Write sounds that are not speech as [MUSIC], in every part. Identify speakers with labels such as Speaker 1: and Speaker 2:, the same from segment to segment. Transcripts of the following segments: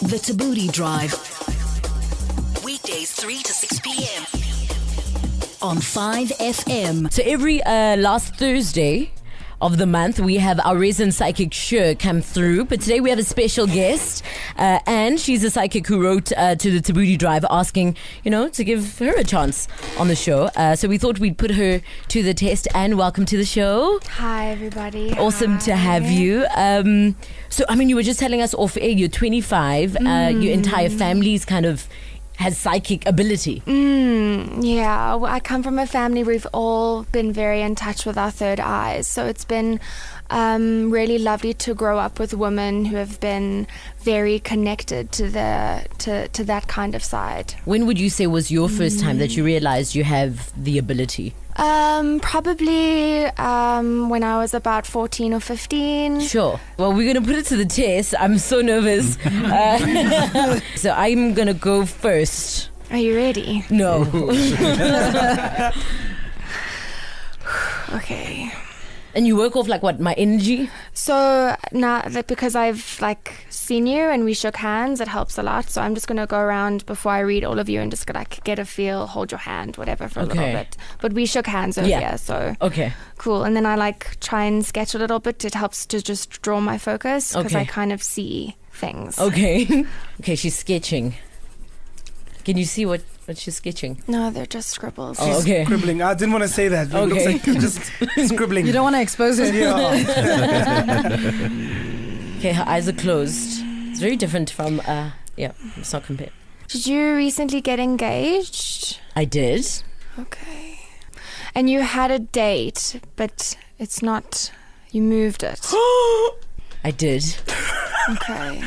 Speaker 1: The Tabooty Drive. Weekdays 3 to 6 p.m. on 5FM.
Speaker 2: So every uh, last Thursday of the month, we have our resident psychic Sure come through. But today we have a special guest, uh, and she's a psychic who wrote uh, to the Tabooty Drive asking, you know, to give her a chance on the show. Uh, so we thought we'd put her to the test. And welcome to the show.
Speaker 3: Hi, everybody.
Speaker 2: Awesome
Speaker 3: Hi.
Speaker 2: to have you. Um, so I mean, you were just telling us off air. You're 25. Uh, your entire family's kind of has psychic ability.
Speaker 3: Um, Yeah, well, I come from a family we've all been very in touch with our third eyes. So it's been um, really lovely to grow up with women who have been very connected to the to, to that kind of side.
Speaker 2: When would you say was your first time that you realized you have the ability?
Speaker 3: Um, probably um, when I was about 14 or 15.
Speaker 2: Sure. Well, we're going to put it to the test. I'm so nervous. [LAUGHS] Uh, [LAUGHS] so I'm going to go first.
Speaker 3: Are you ready?
Speaker 2: [LAUGHS] No.
Speaker 3: Okay.
Speaker 2: and you work off like what? My energy?
Speaker 3: So now that because I've like seen you and we shook hands, it helps a lot. So I'm just gonna go around before I read all of you and just like get a feel, hold your hand, whatever for a
Speaker 2: Okay.
Speaker 3: little bit. But we shook hands over
Speaker 2: Yeah.
Speaker 3: here, so
Speaker 2: Okay.
Speaker 3: cool. And then I like try and sketch a little bit. It helps to just draw my focus because
Speaker 2: Okay. Oh.
Speaker 3: I kind of see things.
Speaker 2: Okay. [LAUGHS] okay, she's sketching. Can you see what, what she's sketching?
Speaker 3: No, they're just scribbles.
Speaker 2: Oh, okay.
Speaker 4: Scribbling. I didn't want to say that. It looks
Speaker 2: Okay.
Speaker 4: like
Speaker 2: [LAUGHS]
Speaker 4: you're just scribbling.
Speaker 5: You don't want to expose it.
Speaker 4: Yeah.
Speaker 2: Okay, her eyes are closed. It's very different from, uh, yeah, it's not compared.
Speaker 3: Did you recently get engaged?
Speaker 2: I did.
Speaker 3: Okay. And you had a date, but it's not. You moved it.
Speaker 2: I did.
Speaker 3: Okay.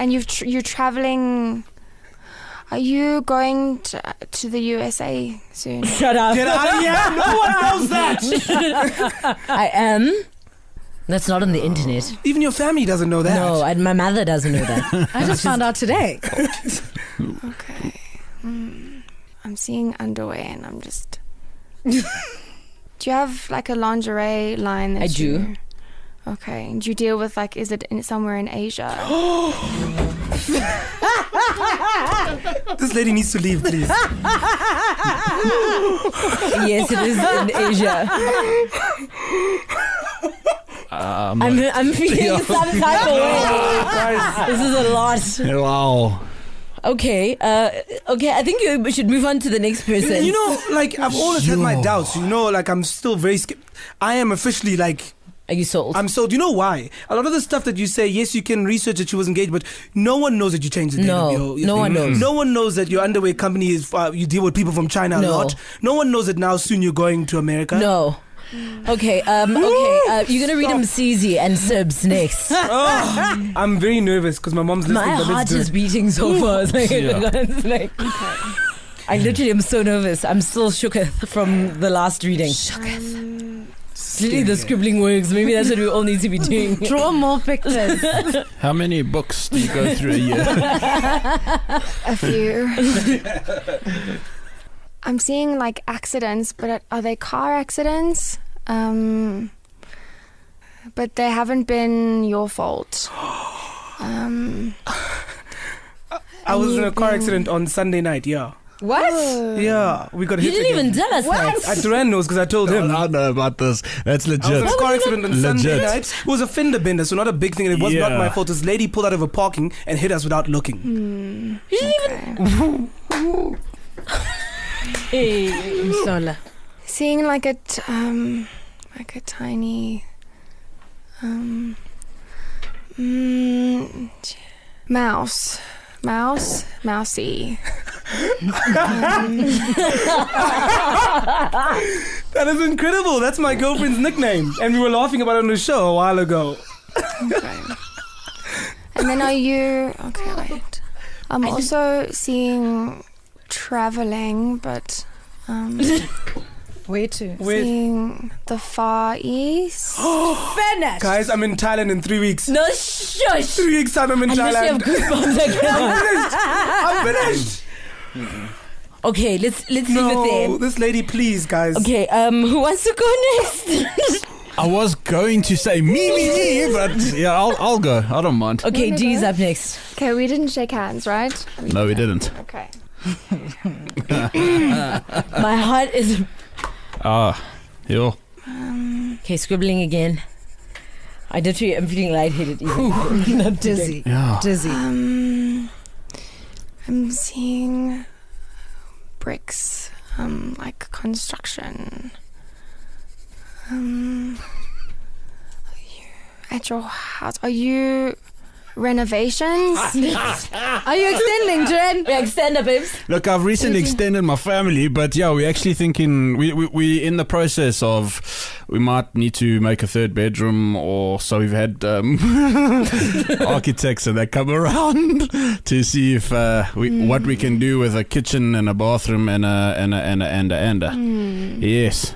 Speaker 3: and you've tr- you're traveling. Are you going to, to the USA
Speaker 2: [LAUGHS]
Speaker 3: soon?
Speaker 2: Shut up.
Speaker 4: [GASPS] Get out
Speaker 2: [LAUGHS]
Speaker 4: of here. No one knows that.
Speaker 2: I am. That's not on the internet.
Speaker 4: Even your family doesn't know that.
Speaker 2: No, and my mother doesn't know that.
Speaker 5: [LAUGHS] I just found out today.
Speaker 3: Okay. Mm. I'm seeing underwear, and
Speaker 2: [LAUGHS]
Speaker 3: I'm just. do you have like a lingerie line? That
Speaker 2: I do.
Speaker 3: you- Okay. And do you deal with like is it in, somewhere in Asia?
Speaker 4: This lady needs to leave,
Speaker 2: [LAUGHS]
Speaker 4: please.
Speaker 2: yes, it is in Asia.
Speaker 6: Um,
Speaker 2: I'm,
Speaker 4: [LAUGHS]
Speaker 2: I'm feeling some type of way. This is a lot.
Speaker 6: [LAUGHS] wow.
Speaker 2: Okay, uh, okay. I think you should move on to the next person.
Speaker 4: you know, like I've always had my doubts. You know, like I'm still very. Sk- I am officially like
Speaker 2: are you sold?
Speaker 4: I'm sold. You know why? A lot of the stuff that you say, yes, you can research that she was engaged, but no one knows that you changed the date.
Speaker 2: No.
Speaker 4: of your, your
Speaker 2: No
Speaker 4: thing.
Speaker 2: one knows.
Speaker 4: No one knows that your underwear company is. Uh, you deal with people from China
Speaker 2: No.
Speaker 4: a lot. No one knows that now soon you're going to America.
Speaker 2: no. Okay, um, okay. Uh, you're gonna read them Mzizi and Sibs next.
Speaker 4: Oh, I'm very nervous because my mom's listening.
Speaker 2: My
Speaker 4: but let's
Speaker 2: heart
Speaker 4: do it.
Speaker 2: is beating so fast. [LAUGHS] Like,
Speaker 6: Yeah.
Speaker 2: it's like- I literally am so nervous. I'm still shooketh from the last reading. Clearly, the scribbling works. Maybe that's what we all need to
Speaker 5: [LAUGHS]
Speaker 2: be doing.
Speaker 5: Draw more pictures.
Speaker 2: [LAUGHS]
Speaker 6: How many books do you go through a [LAUGHS] year?
Speaker 3: A few. I'm seeing like accidents, but are they car accidents? Um, but they haven't been your fault. Um,
Speaker 4: I was in a car
Speaker 3: Mm.
Speaker 4: accident on Sunday night. Yeah,
Speaker 5: What?
Speaker 4: yeah, we got
Speaker 2: Uh, You
Speaker 4: hit.
Speaker 2: didn't
Speaker 4: again.
Speaker 2: even tell us that.
Speaker 4: I Duran knows because I told him.
Speaker 6: I don't know about this. That's
Speaker 4: I was in
Speaker 6: legit.
Speaker 4: a car accident on Sunday
Speaker 6: Legit.
Speaker 4: night. It was a fender bender, so not a big thing. And it was not
Speaker 6: Yeah.
Speaker 4: my fault. This lady pulled out of a parking and hit us without looking.
Speaker 2: You didn't
Speaker 3: okay.
Speaker 2: [LAUGHS] even.
Speaker 5: Msola.
Speaker 3: Seeing like a t- um, like a tiny um, mm, t- mouse, mouse, mousey.
Speaker 4: That is incredible. That's my girlfriend's nickname, and we were laughing about it on the show a while ago.
Speaker 3: Okay. and then are you okay? Wait, I'm also seeing traveling, but um,
Speaker 5: Way too.
Speaker 4: Wait,
Speaker 3: seeing the Far East.
Speaker 5: Finish.
Speaker 4: guys, I'm in Thailand in three weeks.
Speaker 2: No, shush.
Speaker 4: Three weeks time, I'm in
Speaker 2: Unless you have
Speaker 4: Thailand.
Speaker 5: [LAUGHS]
Speaker 2: goosebumps again. [LAUGHS]
Speaker 4: I'm finished.
Speaker 2: okay, let's let's leave it
Speaker 4: No,
Speaker 2: there.
Speaker 4: this lady, please, guys.
Speaker 5: [LAUGHS]
Speaker 2: Okay, um, who wants to go next?
Speaker 6: I was going to say me, me, me, but yeah, I'll, I'll go. I don't mind.
Speaker 2: Okay, G's up next.
Speaker 3: Okay, we didn't shake hands, right?
Speaker 6: No, we didn't.
Speaker 3: Okay.
Speaker 2: My heart is
Speaker 6: Ah, yo.
Speaker 2: okay. Scribbling again. I literally am feeling lightheaded. Even [LAUGHS] Not
Speaker 5: Dizzy.
Speaker 6: Yeah.
Speaker 5: Dizzy.
Speaker 3: Um, I'm seeing bricks, um, like construction. Um, are you at your house? Are you renovations?
Speaker 5: Are you extending, Jen?
Speaker 2: Like, stand up, babes.
Speaker 6: Look, I've recently extended my family, but yeah, we're actually thinking we we we in the process of we might need to make a third bedroom, or so we've had um, [LAUGHS] architects and they come around [LAUGHS] to see if uh, we,
Speaker 5: Hmm.
Speaker 6: what we can do with a kitchen and a bathroom and a and a and a and a, and a.
Speaker 5: Hmm.
Speaker 6: yes.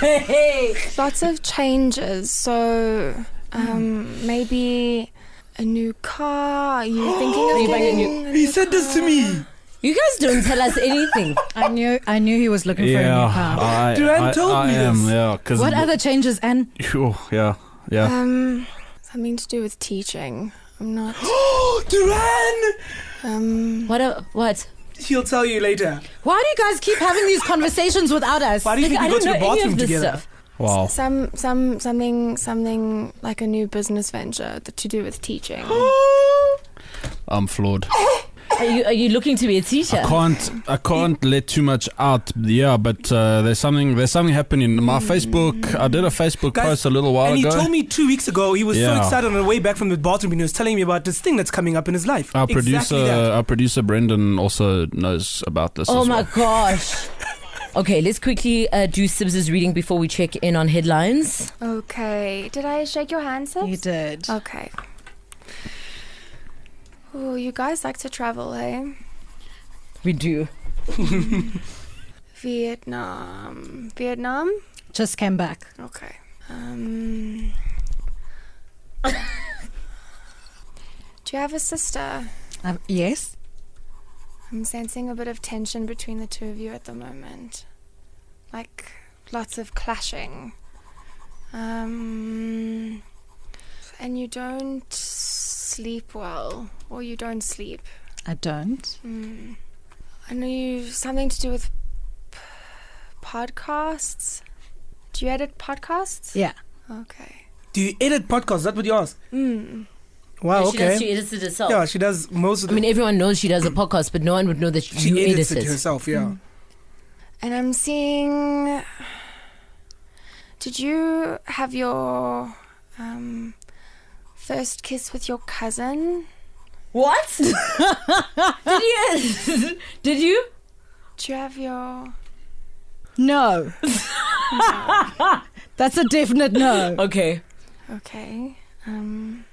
Speaker 2: Hey.
Speaker 3: Lots of changes. So, um, maybe a new car.
Speaker 2: [GASPS]
Speaker 3: Are you thinking
Speaker 2: Are
Speaker 3: of
Speaker 2: you buying a
Speaker 3: getting?
Speaker 2: new-
Speaker 3: a
Speaker 4: He
Speaker 3: new
Speaker 4: said this to me.
Speaker 2: You guys don't tell us anything.
Speaker 5: I knew. I knew he was looking for a new car. [LAUGHS]
Speaker 6: I,
Speaker 4: Duran told
Speaker 6: I
Speaker 4: me
Speaker 6: am,
Speaker 4: this.
Speaker 6: yeah, 'cause-
Speaker 5: What other changes? Uh, And
Speaker 6: Phew, yeah, yeah.
Speaker 3: Um, something to do with teaching. I'm not.
Speaker 4: Oh, Duran!
Speaker 3: Um,
Speaker 2: What? A, what?
Speaker 4: She'll tell you later.
Speaker 5: why do you guys keep having these conversations without us?
Speaker 4: Why do you
Speaker 2: Like,
Speaker 4: think
Speaker 2: I
Speaker 4: we go
Speaker 2: don't
Speaker 4: to
Speaker 2: know
Speaker 4: the
Speaker 2: any
Speaker 4: bathroom
Speaker 2: of this
Speaker 4: together?
Speaker 2: stuff.
Speaker 6: Wow.
Speaker 3: some, some, something, something like a new business venture that to do
Speaker 2: [GASPS]
Speaker 3: with teaching.
Speaker 4: Oh,
Speaker 6: I'm flawed.
Speaker 2: Are you, are you looking to be a
Speaker 6: I
Speaker 2: teacher?
Speaker 6: can't I can't let too much out. Yeah, but uh, there's something there's something happening. My Facebook I did a Facebook
Speaker 4: Hmm. Guys,
Speaker 6: post a little while
Speaker 4: and he
Speaker 6: ago.
Speaker 4: told me two weeks ago he was so
Speaker 6: Yeah.
Speaker 4: excited on the way back from the bathroom and he was telling me about this thing that's coming up in his life.
Speaker 6: our
Speaker 4: Exactly
Speaker 6: producer
Speaker 4: that.
Speaker 6: our producer Brendan also knows about this.
Speaker 2: Oh
Speaker 6: as
Speaker 2: my
Speaker 6: well.
Speaker 2: gosh. Okay, let's quickly uh, do Sibs's reading before we check in on headlines.
Speaker 3: Okay. Did I shake your hand, Sib?
Speaker 5: You did.
Speaker 3: Okay. Oh, you guys like to travel, eh?
Speaker 2: We do.
Speaker 3: Vietnam. Vietnam.
Speaker 5: Just came back.
Speaker 3: Okay.
Speaker 5: [LAUGHS]
Speaker 3: Um. Do you have a sister?
Speaker 5: Um, yes.
Speaker 3: I'm sensing a bit of tension between the two of you at the moment. Like lots of clashing. Um and you don't sleep well or you don't sleep.
Speaker 5: I don't.
Speaker 3: Mm. I know you something to do with p- podcasts. Do you edit podcasts?
Speaker 5: Yeah.
Speaker 3: Okay.
Speaker 4: Do you edit podcasts? That's what you asked.
Speaker 3: Mm.
Speaker 2: Hmm.
Speaker 4: Wow,
Speaker 2: She does,
Speaker 4: Oh, okay.
Speaker 2: she edits it herself.
Speaker 4: yeah, she does most of
Speaker 2: I
Speaker 4: the
Speaker 2: mean, everyone knows she does a podcast, but no one would know that
Speaker 4: she
Speaker 2: you
Speaker 4: edits
Speaker 2: edit it.
Speaker 4: it
Speaker 2: Hmm.
Speaker 4: herself, yeah.
Speaker 3: And I'm seeing. Did you have your um, first kiss with your cousin?
Speaker 2: [LAUGHS] What? Did you? [LAUGHS] Did you?
Speaker 3: Did you have your.
Speaker 5: [LAUGHS] No. That's a definite
Speaker 4: Uh,
Speaker 5: no.
Speaker 2: Okay.
Speaker 3: Okay. Um,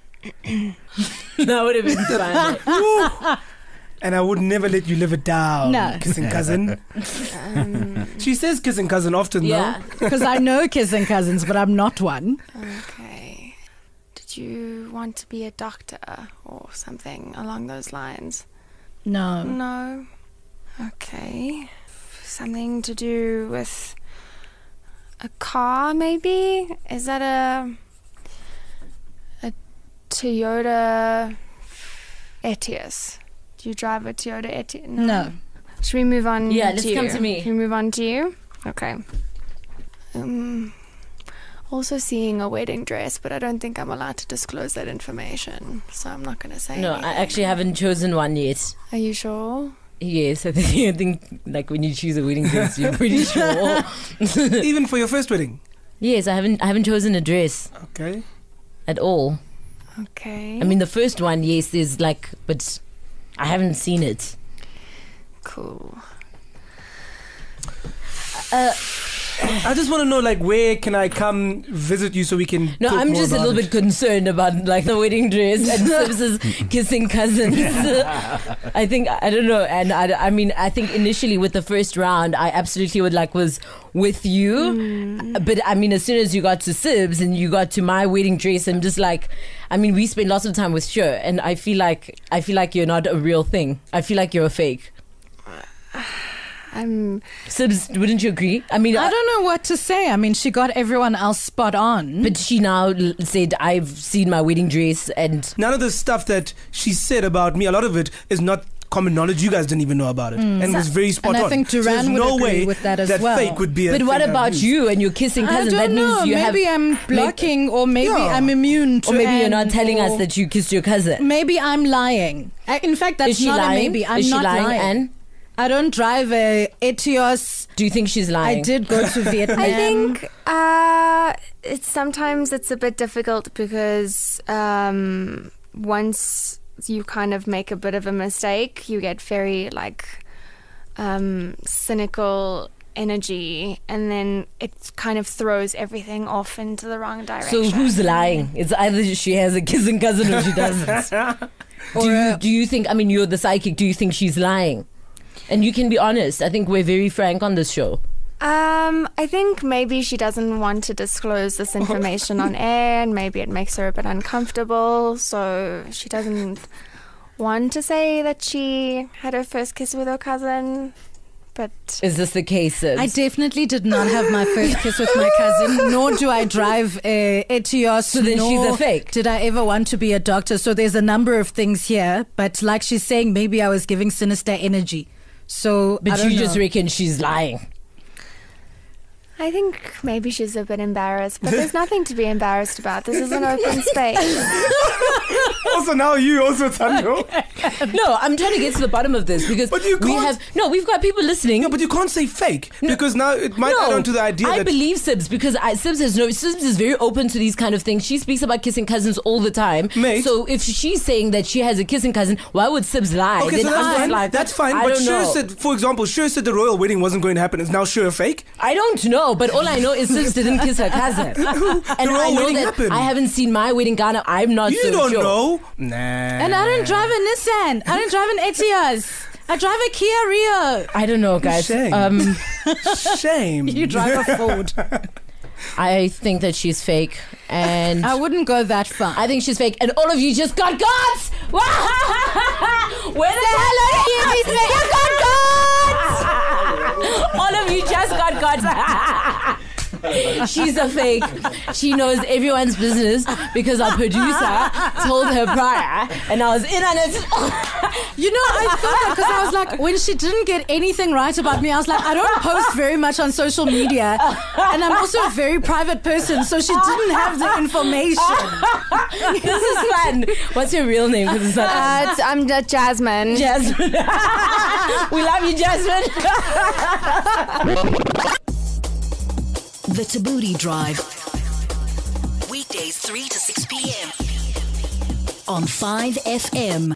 Speaker 2: That would have
Speaker 4: [LAUGHS]
Speaker 2: been fun.
Speaker 4: And I would never let you live it down.
Speaker 5: No.
Speaker 2: [LAUGHS]
Speaker 4: Kissing cousin.
Speaker 3: um,
Speaker 4: she says kissing cousin often,
Speaker 2: yeah.
Speaker 5: Because I know kids and cousins, but I'm not one.
Speaker 3: okay. Did you want to be a doctor or something along those lines?
Speaker 5: No.
Speaker 3: No. Okay. Something to do with a car, maybe? Is that a a Toyota Etios? Do you drive a Toyota Etios?
Speaker 5: No.
Speaker 3: Should we move on?
Speaker 2: Yeah, let's
Speaker 3: you?
Speaker 2: come to me.
Speaker 3: Should we move on to you? Okay. Um, also seeing a wedding dress, but I don't think I'm allowed to disclose that information, so I'm not going to say.
Speaker 2: No, I
Speaker 3: anything.
Speaker 2: actually haven't chosen one yet.
Speaker 3: Are you sure?
Speaker 2: Yes, I think, I think like when you choose a wedding dress, you're [LAUGHS] pretty sure.
Speaker 4: no? [LAUGHS] Even for your first wedding.
Speaker 2: yes, I haven't. I haven't chosen a dress
Speaker 4: Okay.
Speaker 2: at all.
Speaker 3: Okay.
Speaker 2: I mean, the first one, yes, there's like, but I haven't seen it.
Speaker 3: cool.
Speaker 4: I just want to know, like, where can I come visit you so we can.
Speaker 2: No,
Speaker 4: talk
Speaker 2: I'm
Speaker 4: more
Speaker 2: just a
Speaker 4: about
Speaker 2: little
Speaker 4: it?
Speaker 2: bit concerned about like the wedding dress
Speaker 4: [LAUGHS]
Speaker 2: and Sibs's kissing cousins. I think I don't know, and I, I mean, I think initially with the first round, I absolutely would like was with you,
Speaker 4: Mm.
Speaker 2: but I mean, as soon as you got to Sibs and you got to my wedding dress, I'm just like, I mean, we spend lots of time with Sure, and I feel like I feel like you're not a real thing. I feel like you're a fake.
Speaker 3: I'm
Speaker 2: Sibs, wouldn't you agree? I mean,
Speaker 5: I
Speaker 2: I
Speaker 5: don't know what to say. I mean, she got everyone else spot on.
Speaker 2: but she now l- said, I've seen my wedding dress and
Speaker 4: None of the stuff that she said about me, a lot of it is not common knowledge. You guys didn't even know about it, and it was very spot
Speaker 5: Mm. And I
Speaker 4: on.
Speaker 5: think
Speaker 4: So there's
Speaker 5: Duran would
Speaker 4: no
Speaker 5: agree
Speaker 4: way
Speaker 5: with that as
Speaker 4: that
Speaker 5: well.
Speaker 4: fake would be. A
Speaker 2: But what
Speaker 4: thing I'd
Speaker 2: about
Speaker 4: use.
Speaker 2: you and your kissing cousin?
Speaker 5: I
Speaker 2: That
Speaker 5: don't know.
Speaker 2: means you
Speaker 5: maybe
Speaker 2: have,
Speaker 5: I'm blocking, or maybe
Speaker 4: Yeah.
Speaker 5: I'm immune to.
Speaker 2: or maybe you're not
Speaker 5: and-
Speaker 2: telling us
Speaker 5: or-
Speaker 2: that you kissed your cousin.
Speaker 5: Maybe I'm lying. I- Uh, In fact, Mm, that's
Speaker 2: Is she
Speaker 5: not
Speaker 2: lying?
Speaker 5: a maybe. I'm
Speaker 2: Is she
Speaker 5: not
Speaker 2: lying, Anne?
Speaker 5: I don't drive a Etios.
Speaker 2: Do you think she's lying?
Speaker 5: [LAUGHS] I did go to Vietnam.
Speaker 3: I think uh, it's sometimes it's a bit difficult because um, once you kind of make a bit of a mistake, you get very like um, cynical energy, and then it kind of throws everything off into the wrong direction.
Speaker 2: So who's lying? It's either she has a kissing cousin or she
Speaker 5: [LAUGHS]
Speaker 2: doesn't. do, you, do you think? I mean, you're the psychic. Do you think she's lying? And you can be honest. I think we're very frank on this show.
Speaker 3: Um, I think maybe she doesn't want to disclose this information on air, and maybe it makes her a bit uncomfortable, so she doesn't want to say that she had her first kiss with her cousin. But
Speaker 2: Is this the case? Sibs?
Speaker 5: I definitely did not have my first kiss with my cousin, nor do I drive a Etios. So
Speaker 2: then she's a fake.
Speaker 5: Did I ever want to be a doctor? So there's a number of things here, but like she's saying, maybe I was giving sinister energy. So I
Speaker 2: but
Speaker 5: don't
Speaker 2: you just
Speaker 5: know.
Speaker 2: reckon she's lying.
Speaker 3: I think maybe she's a bit embarrassed, but there's nothing to be embarrassed about. This is an open space.
Speaker 4: Also, now you
Speaker 5: [LAUGHS]
Speaker 4: also Tando.
Speaker 2: No, I'm trying to get to the bottom of this because
Speaker 4: But you
Speaker 2: we
Speaker 4: can't-
Speaker 2: have no. We've got people listening.
Speaker 4: Yeah, but you can't say fake because now it might add on to the idea
Speaker 2: I
Speaker 4: that
Speaker 2: believe Sibs because I, Sibs has no. Sibs is very open to these kind of things. She speaks about kissing cousins all the time.
Speaker 4: Mate.
Speaker 2: So if she's saying that she has a kissing cousin, why would Sibs lie?
Speaker 4: Okay, so
Speaker 2: Then
Speaker 4: that's
Speaker 2: I'm just
Speaker 4: fine.
Speaker 2: like,
Speaker 4: that's fine.
Speaker 2: I
Speaker 4: but
Speaker 2: don't
Speaker 4: Sure
Speaker 2: know.
Speaker 4: said, for example, Sure said the royal wedding wasn't going to happen. It's now Sure fake.
Speaker 2: I don't know, but all I know is Sibs didn't kiss her
Speaker 4: [LAUGHS]
Speaker 2: cousin, [LAUGHS] and
Speaker 4: Your
Speaker 2: I
Speaker 4: own
Speaker 2: know
Speaker 4: wedding
Speaker 2: that
Speaker 4: happened.
Speaker 2: I haven't seen my wedding gown. I'm not.
Speaker 4: You
Speaker 2: so
Speaker 4: don't
Speaker 2: sure.
Speaker 4: know. Nah. And
Speaker 5: And
Speaker 4: [LAUGHS]
Speaker 5: I don't drive a Nissan. I don't drive an Etios. I drive a Kia Rio.
Speaker 2: I don't know, guys.
Speaker 4: Shame.
Speaker 2: Um,
Speaker 4: Shame.
Speaker 5: [LAUGHS]
Speaker 4: [LAUGHS]
Speaker 5: You drive a Ford.
Speaker 2: I think that she's fake, and
Speaker 5: I wouldn't go that far.
Speaker 2: I think she's fake, and all of you just got gods! [LAUGHS] Where the hell are you? You got [LAUGHS] gods! all of you just got gods. [LAUGHS] She's a fake. She knows everyone's business because our producer told her prior, and I was in on it. [LAUGHS]
Speaker 5: You know, I thought that because I was like, when she didn't get anything right about me, I was like, I don't post very much on social media, and I'm also a very private person, so she didn't have the information.
Speaker 2: this is fun. What's your real name? 'Cause it's not Anne.
Speaker 3: But Uh, I'm not Jasmine.
Speaker 2: Jasmine. [LAUGHS] we love you, Jasmine.
Speaker 1: The Tabooty Drive. Weekdays 3 to 6 p.m. on 5FM.